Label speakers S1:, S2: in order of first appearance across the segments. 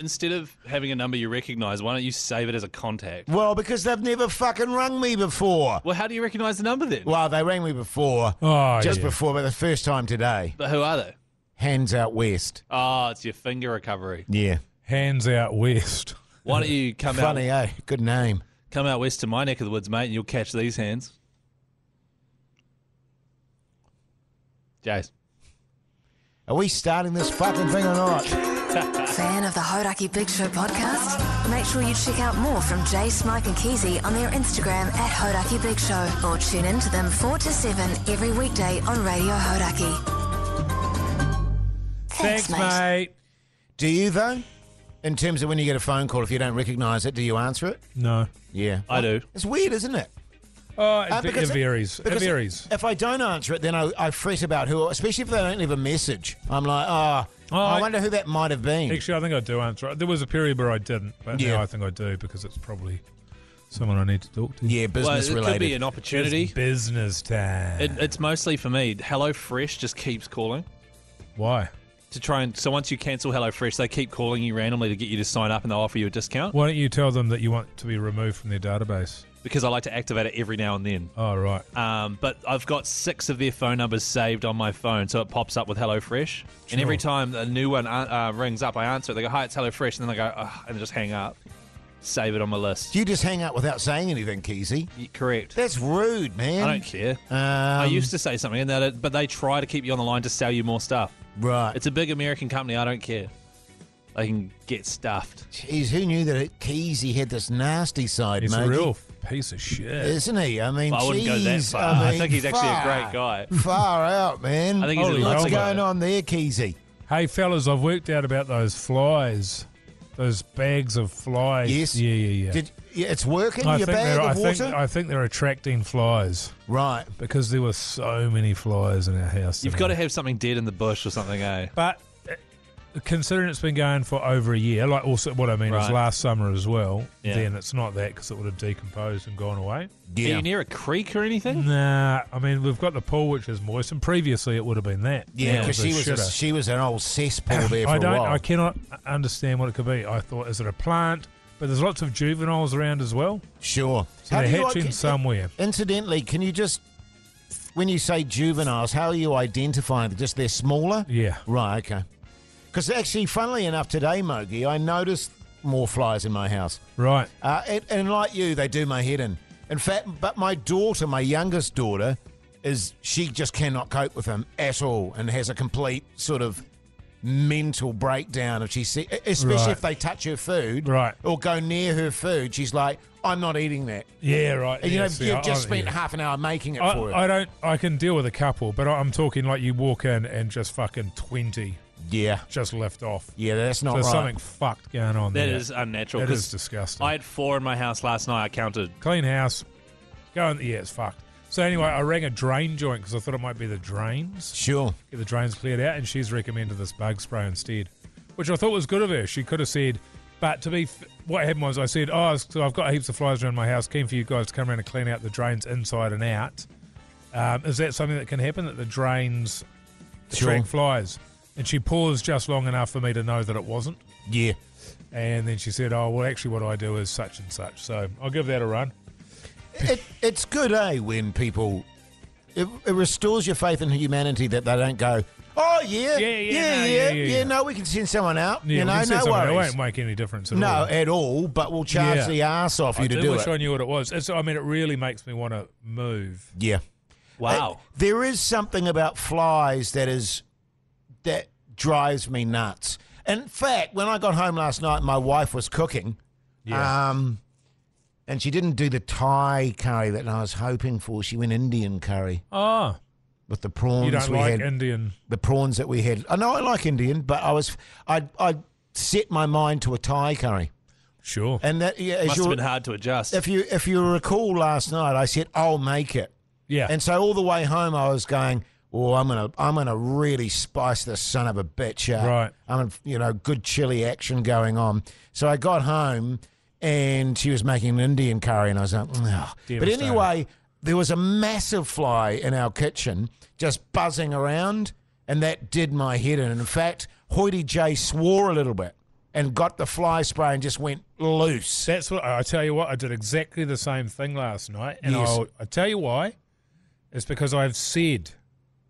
S1: instead of having a number you recognise, why don't you save it as a contact?
S2: Well, because they've never fucking rung me before.
S1: Well, how do you recognise the number then?
S2: Well, they rang me before,
S3: Oh,
S2: just
S3: yeah.
S2: before, but the first time today.
S1: But who are they?
S2: Hands out west.
S1: Oh, it's your finger recovery.
S2: Yeah.
S3: Hands out west.
S1: Why don't you come out
S2: Funny, eh? Good name.
S1: come out west to my neck of the woods, mate, and you'll catch these hands. Jace.
S2: Are we starting this fucking thing or not?
S4: Fan of the Hodaki Big Show podcast? Make sure you check out more from Jace, Mike, and Keezy on their Instagram at Hodaki Big Show or tune in to them 4 to 7 every weekday on Radio Hodaki.
S3: Thanks, mate.
S2: Do you, though? In terms of when you get a phone call, if you don't recognise it, do you answer it?
S3: No.
S2: Yeah.
S1: I do.
S2: It's weird, isn't it?
S3: Oh, it,
S2: Uh,
S3: va-
S2: because
S3: it varies. It
S2: because
S3: varies.
S2: If I don't answer it, then I, I fret about who, especially if they don't leave a message. I'm like, oh,
S3: Oh,
S2: I
S3: I-
S2: wonder who that might have been.
S3: Actually, I think I do answer. it. There was a period where I didn't, but
S2: Yeah.
S3: now I think I do because it's probably someone I need to talk to.
S2: yeah,
S1: Well,
S2: business
S1: it could be
S2: related.
S1: an opportunity.
S3: It's business time.
S1: It, it's mostly for me. Hello Fresh just keeps calling
S3: Why?
S1: to try and so once you cancel Hello Fresh, they keep calling you randomly to get you to sign up and they'll offer you a discount
S3: Why don't you tell them that you want to be removed from their database?
S1: because I like to activate it every now and then.
S3: Oh, right.
S2: Ah,
S1: Um, but I've got six of their phone numbers saved on my phone, so it pops up with Hello Fresh. And every time a new one uh, uh, rings up, I answer it. They go, "Hi, it's Hello Fresh," and then I go, Ugh, and just hang up. Save it on my list.
S2: do you just hang out without saying anything, Keezy?
S1: Y- Correct.
S2: That's rude, man.
S1: I don't care.
S2: Um,
S1: I used to say something, and that, but they try to keep you on the line to sell you more stuff.
S2: Right.
S1: It's a big American company. I don't care. They can get stuffed.
S2: Jeez, who knew that it, Keezy had this nasty side,
S3: He's
S2: mate?
S3: a real piece of shit.
S2: Isn't he? I mean,
S1: I wouldn't go that
S2: jeez,
S1: far.
S2: I,
S1: I
S2: mean,
S1: think he's actually a great
S2: far-
S1: guy.
S2: Far out, man.
S1: I think he's
S3: Holy
S1: a
S3: hell.
S1: lots
S2: What's
S1: of
S2: going
S1: guy.
S2: on there, Keezy?
S3: Hey, fellas, I've worked out about those flies, those bags of flies.
S2: Yes.
S3: Yeah, yeah, yeah.
S2: Did yeah, it's working?
S3: I
S2: your
S3: think,
S2: bag
S3: they're,
S2: of
S3: I,
S2: water?
S3: think, I think they're attracting flies
S2: right.
S3: because there were so many flies in our house.
S1: You've
S3: today.
S1: got to have something dead in the bush or something, eh?
S3: But uh, considering it's been going for over a year, like also what I mean is
S1: Right.
S3: last summer as well,
S1: Yeah.
S3: then it's not that because it would have decomposed and gone away.
S1: Are
S2: Yeah.
S1: you near a creek or anything?
S3: Nah, I mean, we've got the pool which is moist, and previously it would have been that.
S2: Yeah,
S3: It
S2: because she was
S3: a
S2: a,
S3: shitter.
S2: she was an old cesspool there for
S3: I don't,
S2: a while.
S3: I cannot understand what it could be. I thought, is it a plant? But there's lots of juveniles around as well.
S2: sure.
S3: So
S2: How
S3: they're
S2: do you-
S3: hatching
S2: can-
S3: somewhere.
S2: Incidentally, can you just when you say juveniles, how are you identifying them? Just they're smaller?
S3: Yeah.
S2: Right, okay. Because actually, funnily enough, today, Mogi, I noticed more flies in my house.
S3: Right.
S2: Uh, and, and like you, they do my head in. In fact, but my daughter, my youngest daughter, is she just cannot cope with them at all and has a complete sort of mental breakdown if she see, e-, especially
S3: Right.
S2: if they touch her food
S3: Right.
S2: or go near her food. She's like, I'm not eating that.
S3: Yeah, right.
S2: And you
S3: yeah,
S2: know,
S3: see, I-
S2: you've just
S3: I-
S2: spent
S3: yeah.
S2: half an hour making it for her.
S3: I, I don't. I can deal with a couple, but I- I'm talking like you walk in and just fucking twenty
S2: yeah,
S3: just left off.
S2: yeah, that's not
S3: There's
S2: right.
S3: something fucked going on
S1: That
S3: there.
S1: is unnatural.
S3: That
S1: 'cause
S3: is disgusting.
S1: I had four in my house last night. I counted.
S3: Clean house. Go in. Yeah, it's fucked. So anyway, I rang a drain joint because I thought it might be the drains.
S2: Sure.
S3: Get the drains cleared out, and she's recommended this bug spray instead, which I thought was good of her. She could have said, but to be, f- what happened was I said, oh, so I've got heaps of flies around my house. Keen for you guys to come around and clean out the drains inside and out. Um, is that something that can happen? That the drains attract flies? And she paused just long enough for me to know that it wasn't.
S2: Yeah.
S3: And then she said, "Oh, well, actually, what I do is such and such." So I'll give that a run.
S2: It, it's good, eh, when people. It, it restores your faith in humanity that they don't go, oh, yeah,
S3: Yeah, yeah,
S2: yeah,
S3: no,
S2: yeah,
S3: yeah, yeah,
S2: yeah,
S3: yeah."
S2: no, we can send someone out.
S3: Yeah,
S2: you
S3: we
S2: know,
S3: can say
S2: no
S3: something, It
S2: worries.
S3: won't make any difference at
S2: No,
S3: all.
S2: at all, but we'll charge
S3: Yeah.
S2: the ass off you
S3: I
S2: to
S3: do,
S2: do
S3: wish
S2: it.
S3: I knew what it was. It's, I mean, it really makes me want to move.
S2: Yeah.
S1: Wow.
S2: It- there is something about flies that is that drives me nuts. In fact, when I got home last night, my wife was cooking.
S3: Yeah.
S2: Um, and she didn't do the Thai curry that I was hoping for. She went Indian curry
S3: Ah,
S2: with the prawns
S3: you don't
S2: we
S3: like
S2: had.
S3: Indian?
S2: the prawns that we had. I know I like Indian, but I was I I set my mind to a Thai curry,
S3: Sure.
S2: and that yeah, as
S1: Must have
S2: you
S1: been hard to adjust.
S2: if you if you recall last night, I said I'll make it,
S3: Yeah.
S2: and so all the way home I was going. Oh, I'm gonna, I'm gonna really spice this son of a bitch up.
S3: Right.
S2: I'm, gonna- you know, good chili action going on. So I got home, and she was making an Indian curry, and I was like, "Ugh." but
S3: Devastating.
S2: anyway, there was a massive fly in our kitchen just buzzing around, and that did my head in. And in fact, Hoity J swore a little bit and got the fly spray and just went loose.
S3: That's what I tell you. What I did exactly the same thing last night, and
S2: Yes.
S3: I'll, I tell you why. It's because I've said,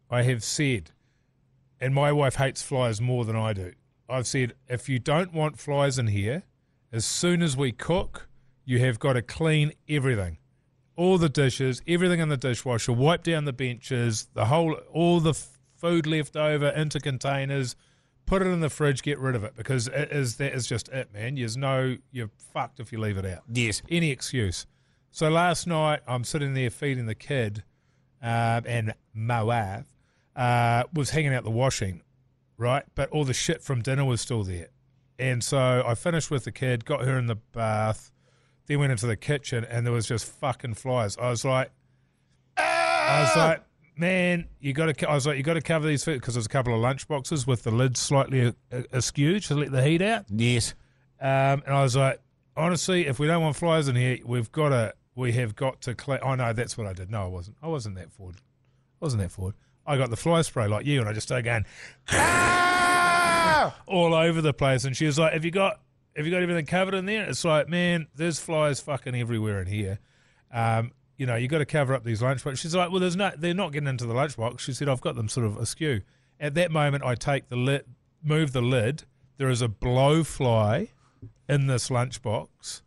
S3: I have said, and my wife hates flies more than I do. I've said if you don't want flies in here, as soon as we cook, you have got to clean everything, all the dishes, everything in the dishwasher, wipe down the benches, the whole, all the f- food left over into containers put it in the fridge, get rid of it because it is that is just it, man. There's no you're fucked if you leave it out.
S2: Yes.
S3: Any excuse. So last night I'm sitting there feeding the kid, um, and my wife uh, was hanging out the washing, right? But all the shit from dinner was still there, and so I finished with the kid, got her in the bath, then went into the kitchen, and there was just fucking flies. I was like, I was like, man, you got to. I was like, you got to cover these because there's a couple of lunch boxes with the lid slightly a- a- askew to let the heat out.
S2: Yes.
S3: Um, and I was like, honestly, if we don't want flies in here, we've got to. We have got to clean. Oh no, that's what I did. No, I wasn't. I wasn't that forward. I wasn't that forward. I got the fly spray like you, and I just started going "Ah!" all over the place. And she was like, "Have you got? Have you got everything covered in there?" It's like, man, there's flies fucking everywhere in here. Um, you know, you got to cover up these lunchbox. She's like, "Well, there's no. They're not getting into the lunchbox." She said, "I've got them sort of askew." At that moment, I take the lid, move the lid. There is a blowfly in this lunchbox.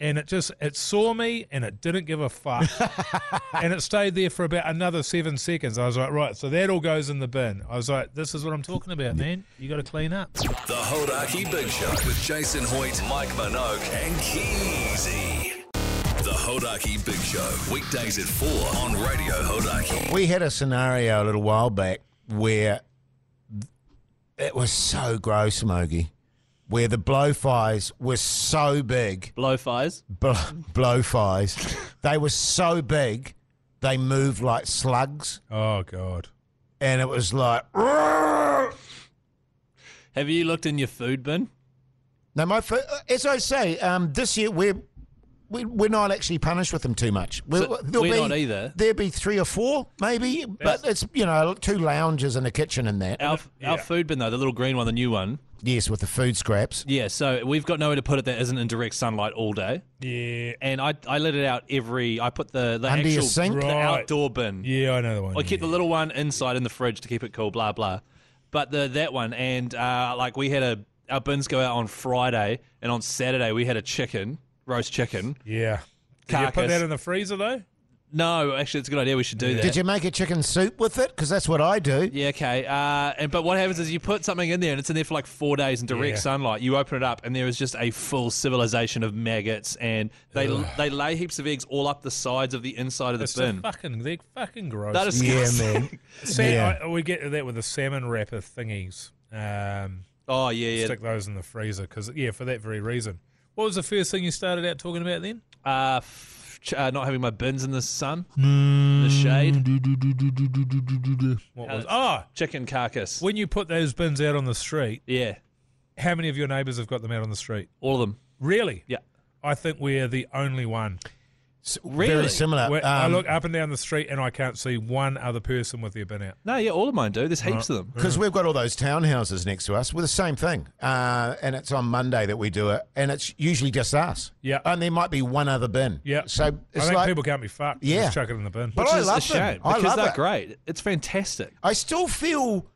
S3: And it just it saw me and it didn't give a fuck. and it stayed there for about another seven seconds. I was like, right, so that all goes in the bin. I was like, this is what I'm talking about, man. You gotta clean up.
S5: The Hodaki Big Show with Jason Hoyt, Mike Minogue, and Keezy. The Hodaki Big Show, weekdays at 4 on Radio Hodaki.
S2: We had a scenario a little while back where it was so gross, Mogi, where the blowflies were so big,
S1: Blowflies.
S2: bl- blowflies, they were so big, they moved like slugs,
S3: Oh God.
S2: and it was like. "Roar!"
S1: Have you looked in your food bin?
S2: No, my fir- uh, as I say, um, this year we're we, we're not actually punished with them too much. We'll-
S1: So
S2: there'll
S1: we're
S2: be,
S1: not either.
S2: There'll be three or four, maybe, but it's you know two lounges and a kitchen in there.
S1: Our,
S3: yeah.
S1: our food bin though, the little green one, the new one.
S2: Yes, with the food scraps.
S1: Yeah, so we've got nowhere to put it that isn't in direct sunlight all day.
S3: Yeah.
S1: And I, I let it out every. I put the, the
S2: Under
S1: actual
S2: your sink?
S1: the
S3: Right.
S1: outdoor bin.
S3: Yeah, I know the one.
S1: I keep the little one inside in the fridge to keep it cool, blah blah. But the that one and uh, like we had a our bins go out on Friday and on Saturday we had a chicken, roast chicken.
S3: yeah. Did you
S1: Carcass.
S3: put that in the freezer though?
S1: No, actually it's a good idea we should do that.
S2: Did you make a chicken soup with it? Because that's what I do.
S1: yeah, okay. Uh, and but what happens is you put something in there and it's in there for like four days in direct
S3: Yeah.
S1: sunlight. You open it up and there is just a full civilization of maggots and they they lay heaps of eggs all up the sides of the inside of the
S3: It's just
S1: bin.
S3: fucking they're fucking gross.
S1: That is disgusting.
S2: man.
S3: Sa-
S2: yeah.
S3: I- we get to that with the salmon wrapper thingies. Um,
S1: Oh yeah,
S3: stick those in the freezer because yeah, for that very reason. What was the first thing you started out talking about then?
S1: yeah. Uh, f- ch- uh, not having my bins in the sun,
S2: Mm.
S1: the shade.
S3: What
S1: Uh,
S3: was? Ah,
S1: chicken carcass.
S3: when you put those bins out on the street,
S1: yeah,
S3: how many of your neighbours have got them out on the street?
S1: all of them.
S3: Really?
S1: Yeah.
S3: I think we're the only one.
S2: S-
S1: Really?
S2: Very similar.
S3: We're- I
S2: Um,
S3: look up and down the street and I can't see one other person with their bin out.
S1: No, yeah, all of mine do. There's heaps of them.
S3: Mm.
S2: Because we've got all those townhouses next to us with the same thing. Uh, and it's on Monday that we do it. And it's usually just us.
S3: Yeah.
S2: And there might be one other bin.
S3: Yeah.
S2: So
S3: I
S2: it's
S3: think
S2: like.
S3: people can't be fucked. They
S2: Yeah.
S3: Just chuck it in the bin.
S2: But
S1: Which
S2: I
S1: is
S2: love
S1: a shame
S2: them. I
S1: because
S2: love
S1: they're
S2: it.
S1: great. It's fantastic.
S2: I still feel.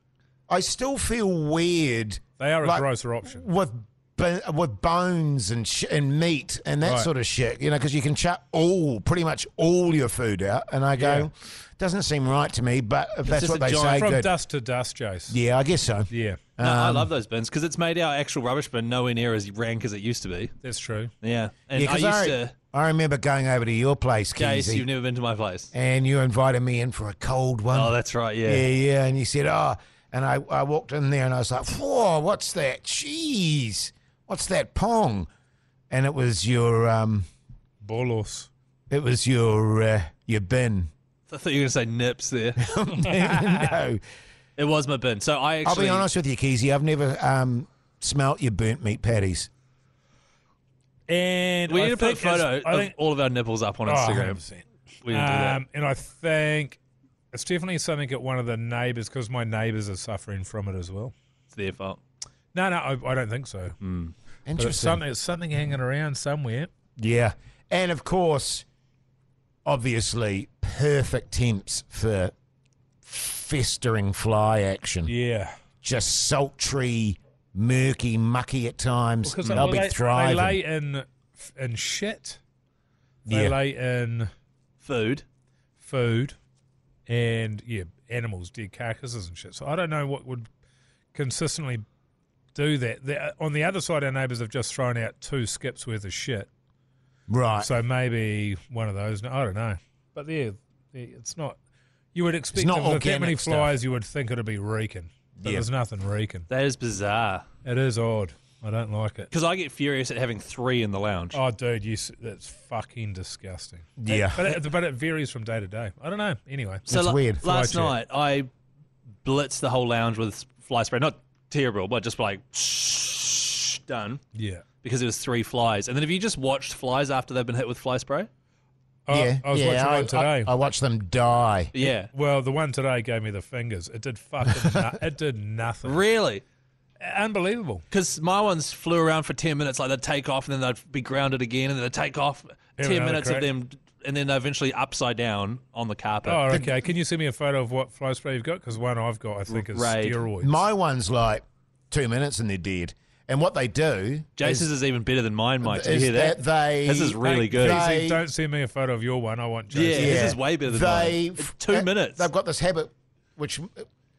S2: I still feel weird.
S3: They are a
S2: like,
S3: grosser option.
S2: With. bo- With bones and sh- and meat and that
S3: Right.
S2: sort of shit, you know, because you can chuck all pretty much all your food out, and I go, doesn't seem right to me, but if that's
S1: just
S2: what
S1: a
S2: they
S1: giant-
S2: say,
S3: From
S2: good.
S3: dust to dust, Jace.
S2: Yeah, I guess so.
S3: Yeah,
S1: No,
S2: Um,
S1: I love those bins because it's made our actual rubbish bin nowhere near as rank as it used to be.
S3: that's true.
S1: Yeah, and
S2: Yeah,
S1: I
S2: 'cause
S1: used
S2: I,
S1: to.
S2: I remember going over to your place,
S1: Case,
S2: Casey,
S1: you've never been to my place.
S2: and you invited me in for a cold one.
S1: Oh, that's right. Yeah.
S2: yeah, yeah. And you said, oh, and I, I walked in there and I was like, whoa, what's that? Jeez, what's that pong? And it was your, um,
S3: Bolos.
S2: it was your, uh, your bin.
S1: I thought you were going to say nips there.
S2: no,
S1: it was my bin. So I
S2: I'll
S1: actually.
S2: be honest with you, Keezy, I've never um, smelt your burnt meat patties.
S3: And
S1: We
S3: I
S1: need to put a
S3: think it's-
S1: photo
S3: I
S1: of
S3: think-
S1: all of our nipples up on
S3: Oh,
S1: Instagram.
S3: 100%.
S1: we can do that.
S3: Um, and I think it's definitely something at one of the neighbours because my neighbours are suffering from it as well.
S1: It's their fault.
S3: No, no, I, I don't think so. But it's
S2: Interesting.
S3: something, it's something hanging around somewhere.
S2: Yeah. And of course, obviously, perfect temps for festering fly action.
S3: Yeah.
S2: Just sultry, murky, mucky at times.
S3: Because
S2: They'll Mm.
S3: they,
S2: be
S3: they,
S2: thriving.
S3: lay in, in shit. They
S2: Yeah.
S3: lay in
S1: Food.
S3: food and, yeah, animals, dead carcasses and shit. So I don't know what would consistently do that. The, uh, on the other side, our neighbours have just thrown out two skips worth of shit.
S2: right.
S3: So maybe one of those. I don't know. But yeah, it's not. You would expect
S2: not
S3: if there's that many
S2: organic stuff.
S3: flies, you would think it'd be reeking. But
S2: Yeah.
S3: there's nothing reeking.
S1: That is bizarre.
S3: It is odd. I don't like it.
S1: Because I get furious at having three in the lounge.
S3: Oh, dude, you, s- that's fucking disgusting.
S2: Yeah.
S3: But it, but it varies from day to day. I don't know. Anyway,
S1: so
S2: That's
S1: la-
S2: weird.
S1: Last
S3: Fly
S1: night I blitzed the whole lounge with fly spray. Not terrible, but just like done
S3: yeah.
S1: because it was three flies. And then have you just watched flies after they've been hit with fly spray?
S3: I,
S2: yeah.
S3: I was
S2: yeah,
S3: watching
S2: I,
S3: one today.
S2: I, I watched them die.
S1: Yeah.
S3: well, the one today gave me the fingers. It did fucking. no- it did nothing.
S1: Really?
S3: Unbelievable.
S1: Because my ones flew around for 10 minutes, like they'd take off and then they'd be grounded again and then they'd take off
S3: Have
S1: 10
S3: another
S1: minutes
S3: crack.
S1: of them and then eventually upside down on the carpet.
S3: Oh, okay. Can you send me a photo of what fly spray you've got? Because one I've got, I think, is
S1: Raid.
S3: steroids.
S2: My one's like two minutes and they're dead. And what they do
S1: Jace's is, even better than mine, Mike. Did you
S2: is
S1: hear that?
S2: that they-
S1: This is really
S3: Hey,
S1: good.
S2: they-
S3: Casey, don't send me a photo of your one. I want
S1: Yeah,
S3: Jason.
S1: this is way better than
S2: they,
S1: mine. It's two
S2: uh,
S1: minutes.
S2: They've got this habit, which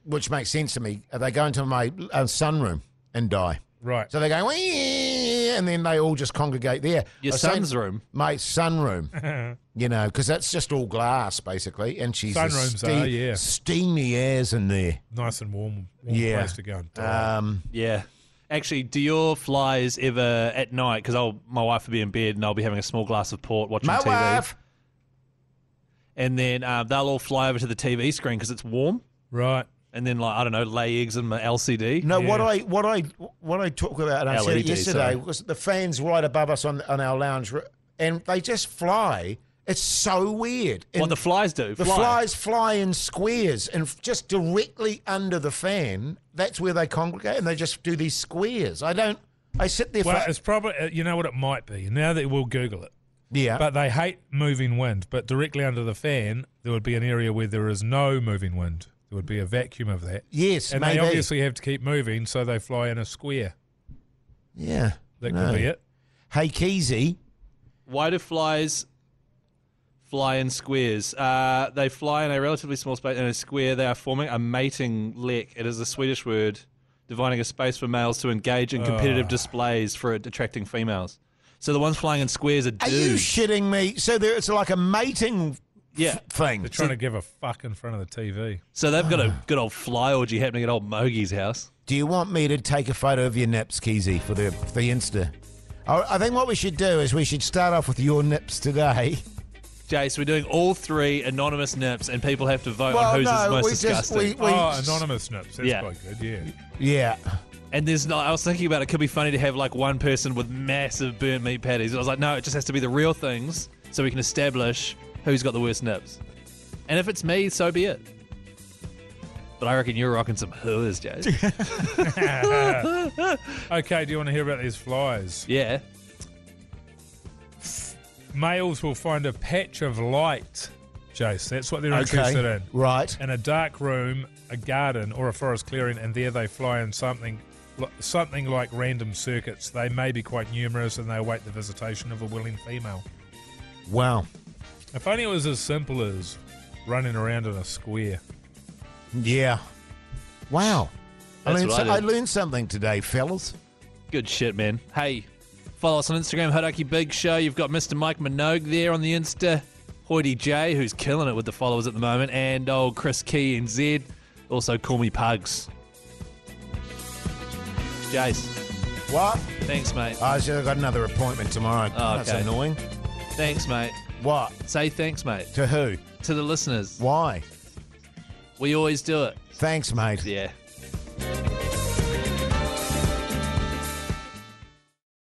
S2: which makes sense to me. They go into my uh, sunroom and die.
S3: Right.
S2: So they go, "Wee," and then they all just congregate there.
S1: Your
S2: I was saying-
S1: son's room.
S2: My sunroom. you know, because that's just all glass, basically. And she's as
S3: Sunrooms are, yeah.
S2: steamy airs in there.
S3: Nice and warm, warm
S2: Yeah.
S3: place to go and die.
S2: Um,
S1: Yeah. Actually, do your flies ever at night? Because I'll my wife will be in bed and I'll be having a small glass of port watching
S2: my
S1: TV,
S2: wife.
S1: and then uh, they'll all fly over to the TV screen because it's warm,
S3: right.
S1: and then like I don't know, lay eggs in my LCD.
S2: No, what
S3: Yeah.
S2: I what I what I talk about, and I said it
S1: LED,
S2: yesterday,
S1: sorry.
S2: was the fans right above us on on our lounge, r- and they just fly. It's so weird.
S1: what
S2: And
S1: the flies do?
S2: the
S1: fly.
S2: flies fly in squares, and f- just directly under the fan, that's where they congregate, and they just do these squares. I don't. I sit there.
S3: Well,
S2: for,
S3: it's probably, uh, you know what it might be. Now that we'll Google it.
S2: yeah,
S3: But they hate moving wind. But directly under the fan, there would be an area where there is no moving wind. There would be a vacuum of that.
S2: Yes,
S3: And
S2: maybe.
S3: they obviously have to keep moving, so they fly in a square.
S2: yeah.
S3: That
S2: No.
S3: could be it.
S2: Hey, Keezy.
S1: Why do flies fly in squares? Uh, they fly in a relatively small space in a square. They are forming a mating lek. It is a Swedish word defining a space for males to engage in competitive displays for attracting females. So the ones flying in squares are
S2: Are
S1: dudes.
S2: you shitting me? So there, it's like a mating
S1: yeah.
S2: thing.
S3: They're trying to give a fuck in front of the TV.
S1: So they've got a good old fly orgy happening at old Mogi's house.
S2: Do you want me to take a photo of your nips, Keezy, for the for the Insta? I, I think what we should do is we should start off with your nips today.
S1: Jace, we're doing all three anonymous nips, and people have to vote
S2: Well,
S1: on whose is
S2: no,
S1: most
S2: we just-
S1: disgusting.
S2: we-
S3: oh, anonymous nips. That's
S1: Yeah.
S3: quite good, yeah.
S2: Yeah.
S1: And there's not. I was thinking about it. Could be funny to have like one person with massive burnt meat patties. I was like, no, it just has to be the real things, so we can establish who's got the worst nips. And if it's me, so be it. But I reckon you're rocking some hers, Jay.
S3: Okay, do you want to hear about these flies?
S1: yeah.
S3: Males will find a patch of light, Jace. That's what they're interested
S2: Okay.
S3: in.
S2: Right.
S3: in a dark room, a garden, or a forest clearing, and there they fly in something, something like random circuits. They may be quite numerous, and they await the visitation of a willing female.
S2: Wow.
S3: If only it was as simple as running around in a square.
S2: Yeah. Wow. I
S1: That's
S2: learned,
S1: what I
S2: so- I,
S1: did.
S2: learned something today, fellas.
S1: Good shit, man. Hey, follow us on Instagram, Hodaki Big Show. You've got Mr. Mike Minogue there on the Insta, Hoity J, who's killing it with the followers at the moment, and old Chris Key and Zed. Also, call me Pugs. Jace,
S2: What?
S1: thanks, mate.
S2: I should have got another appointment tomorrow.
S1: Oh,
S2: That's
S1: okay.
S2: annoying.
S1: Thanks, mate.
S2: What?
S1: Say thanks, mate,
S2: To who?
S1: to the listeners.
S2: Why?
S1: We always do it.
S2: Thanks, mate.
S1: Yeah.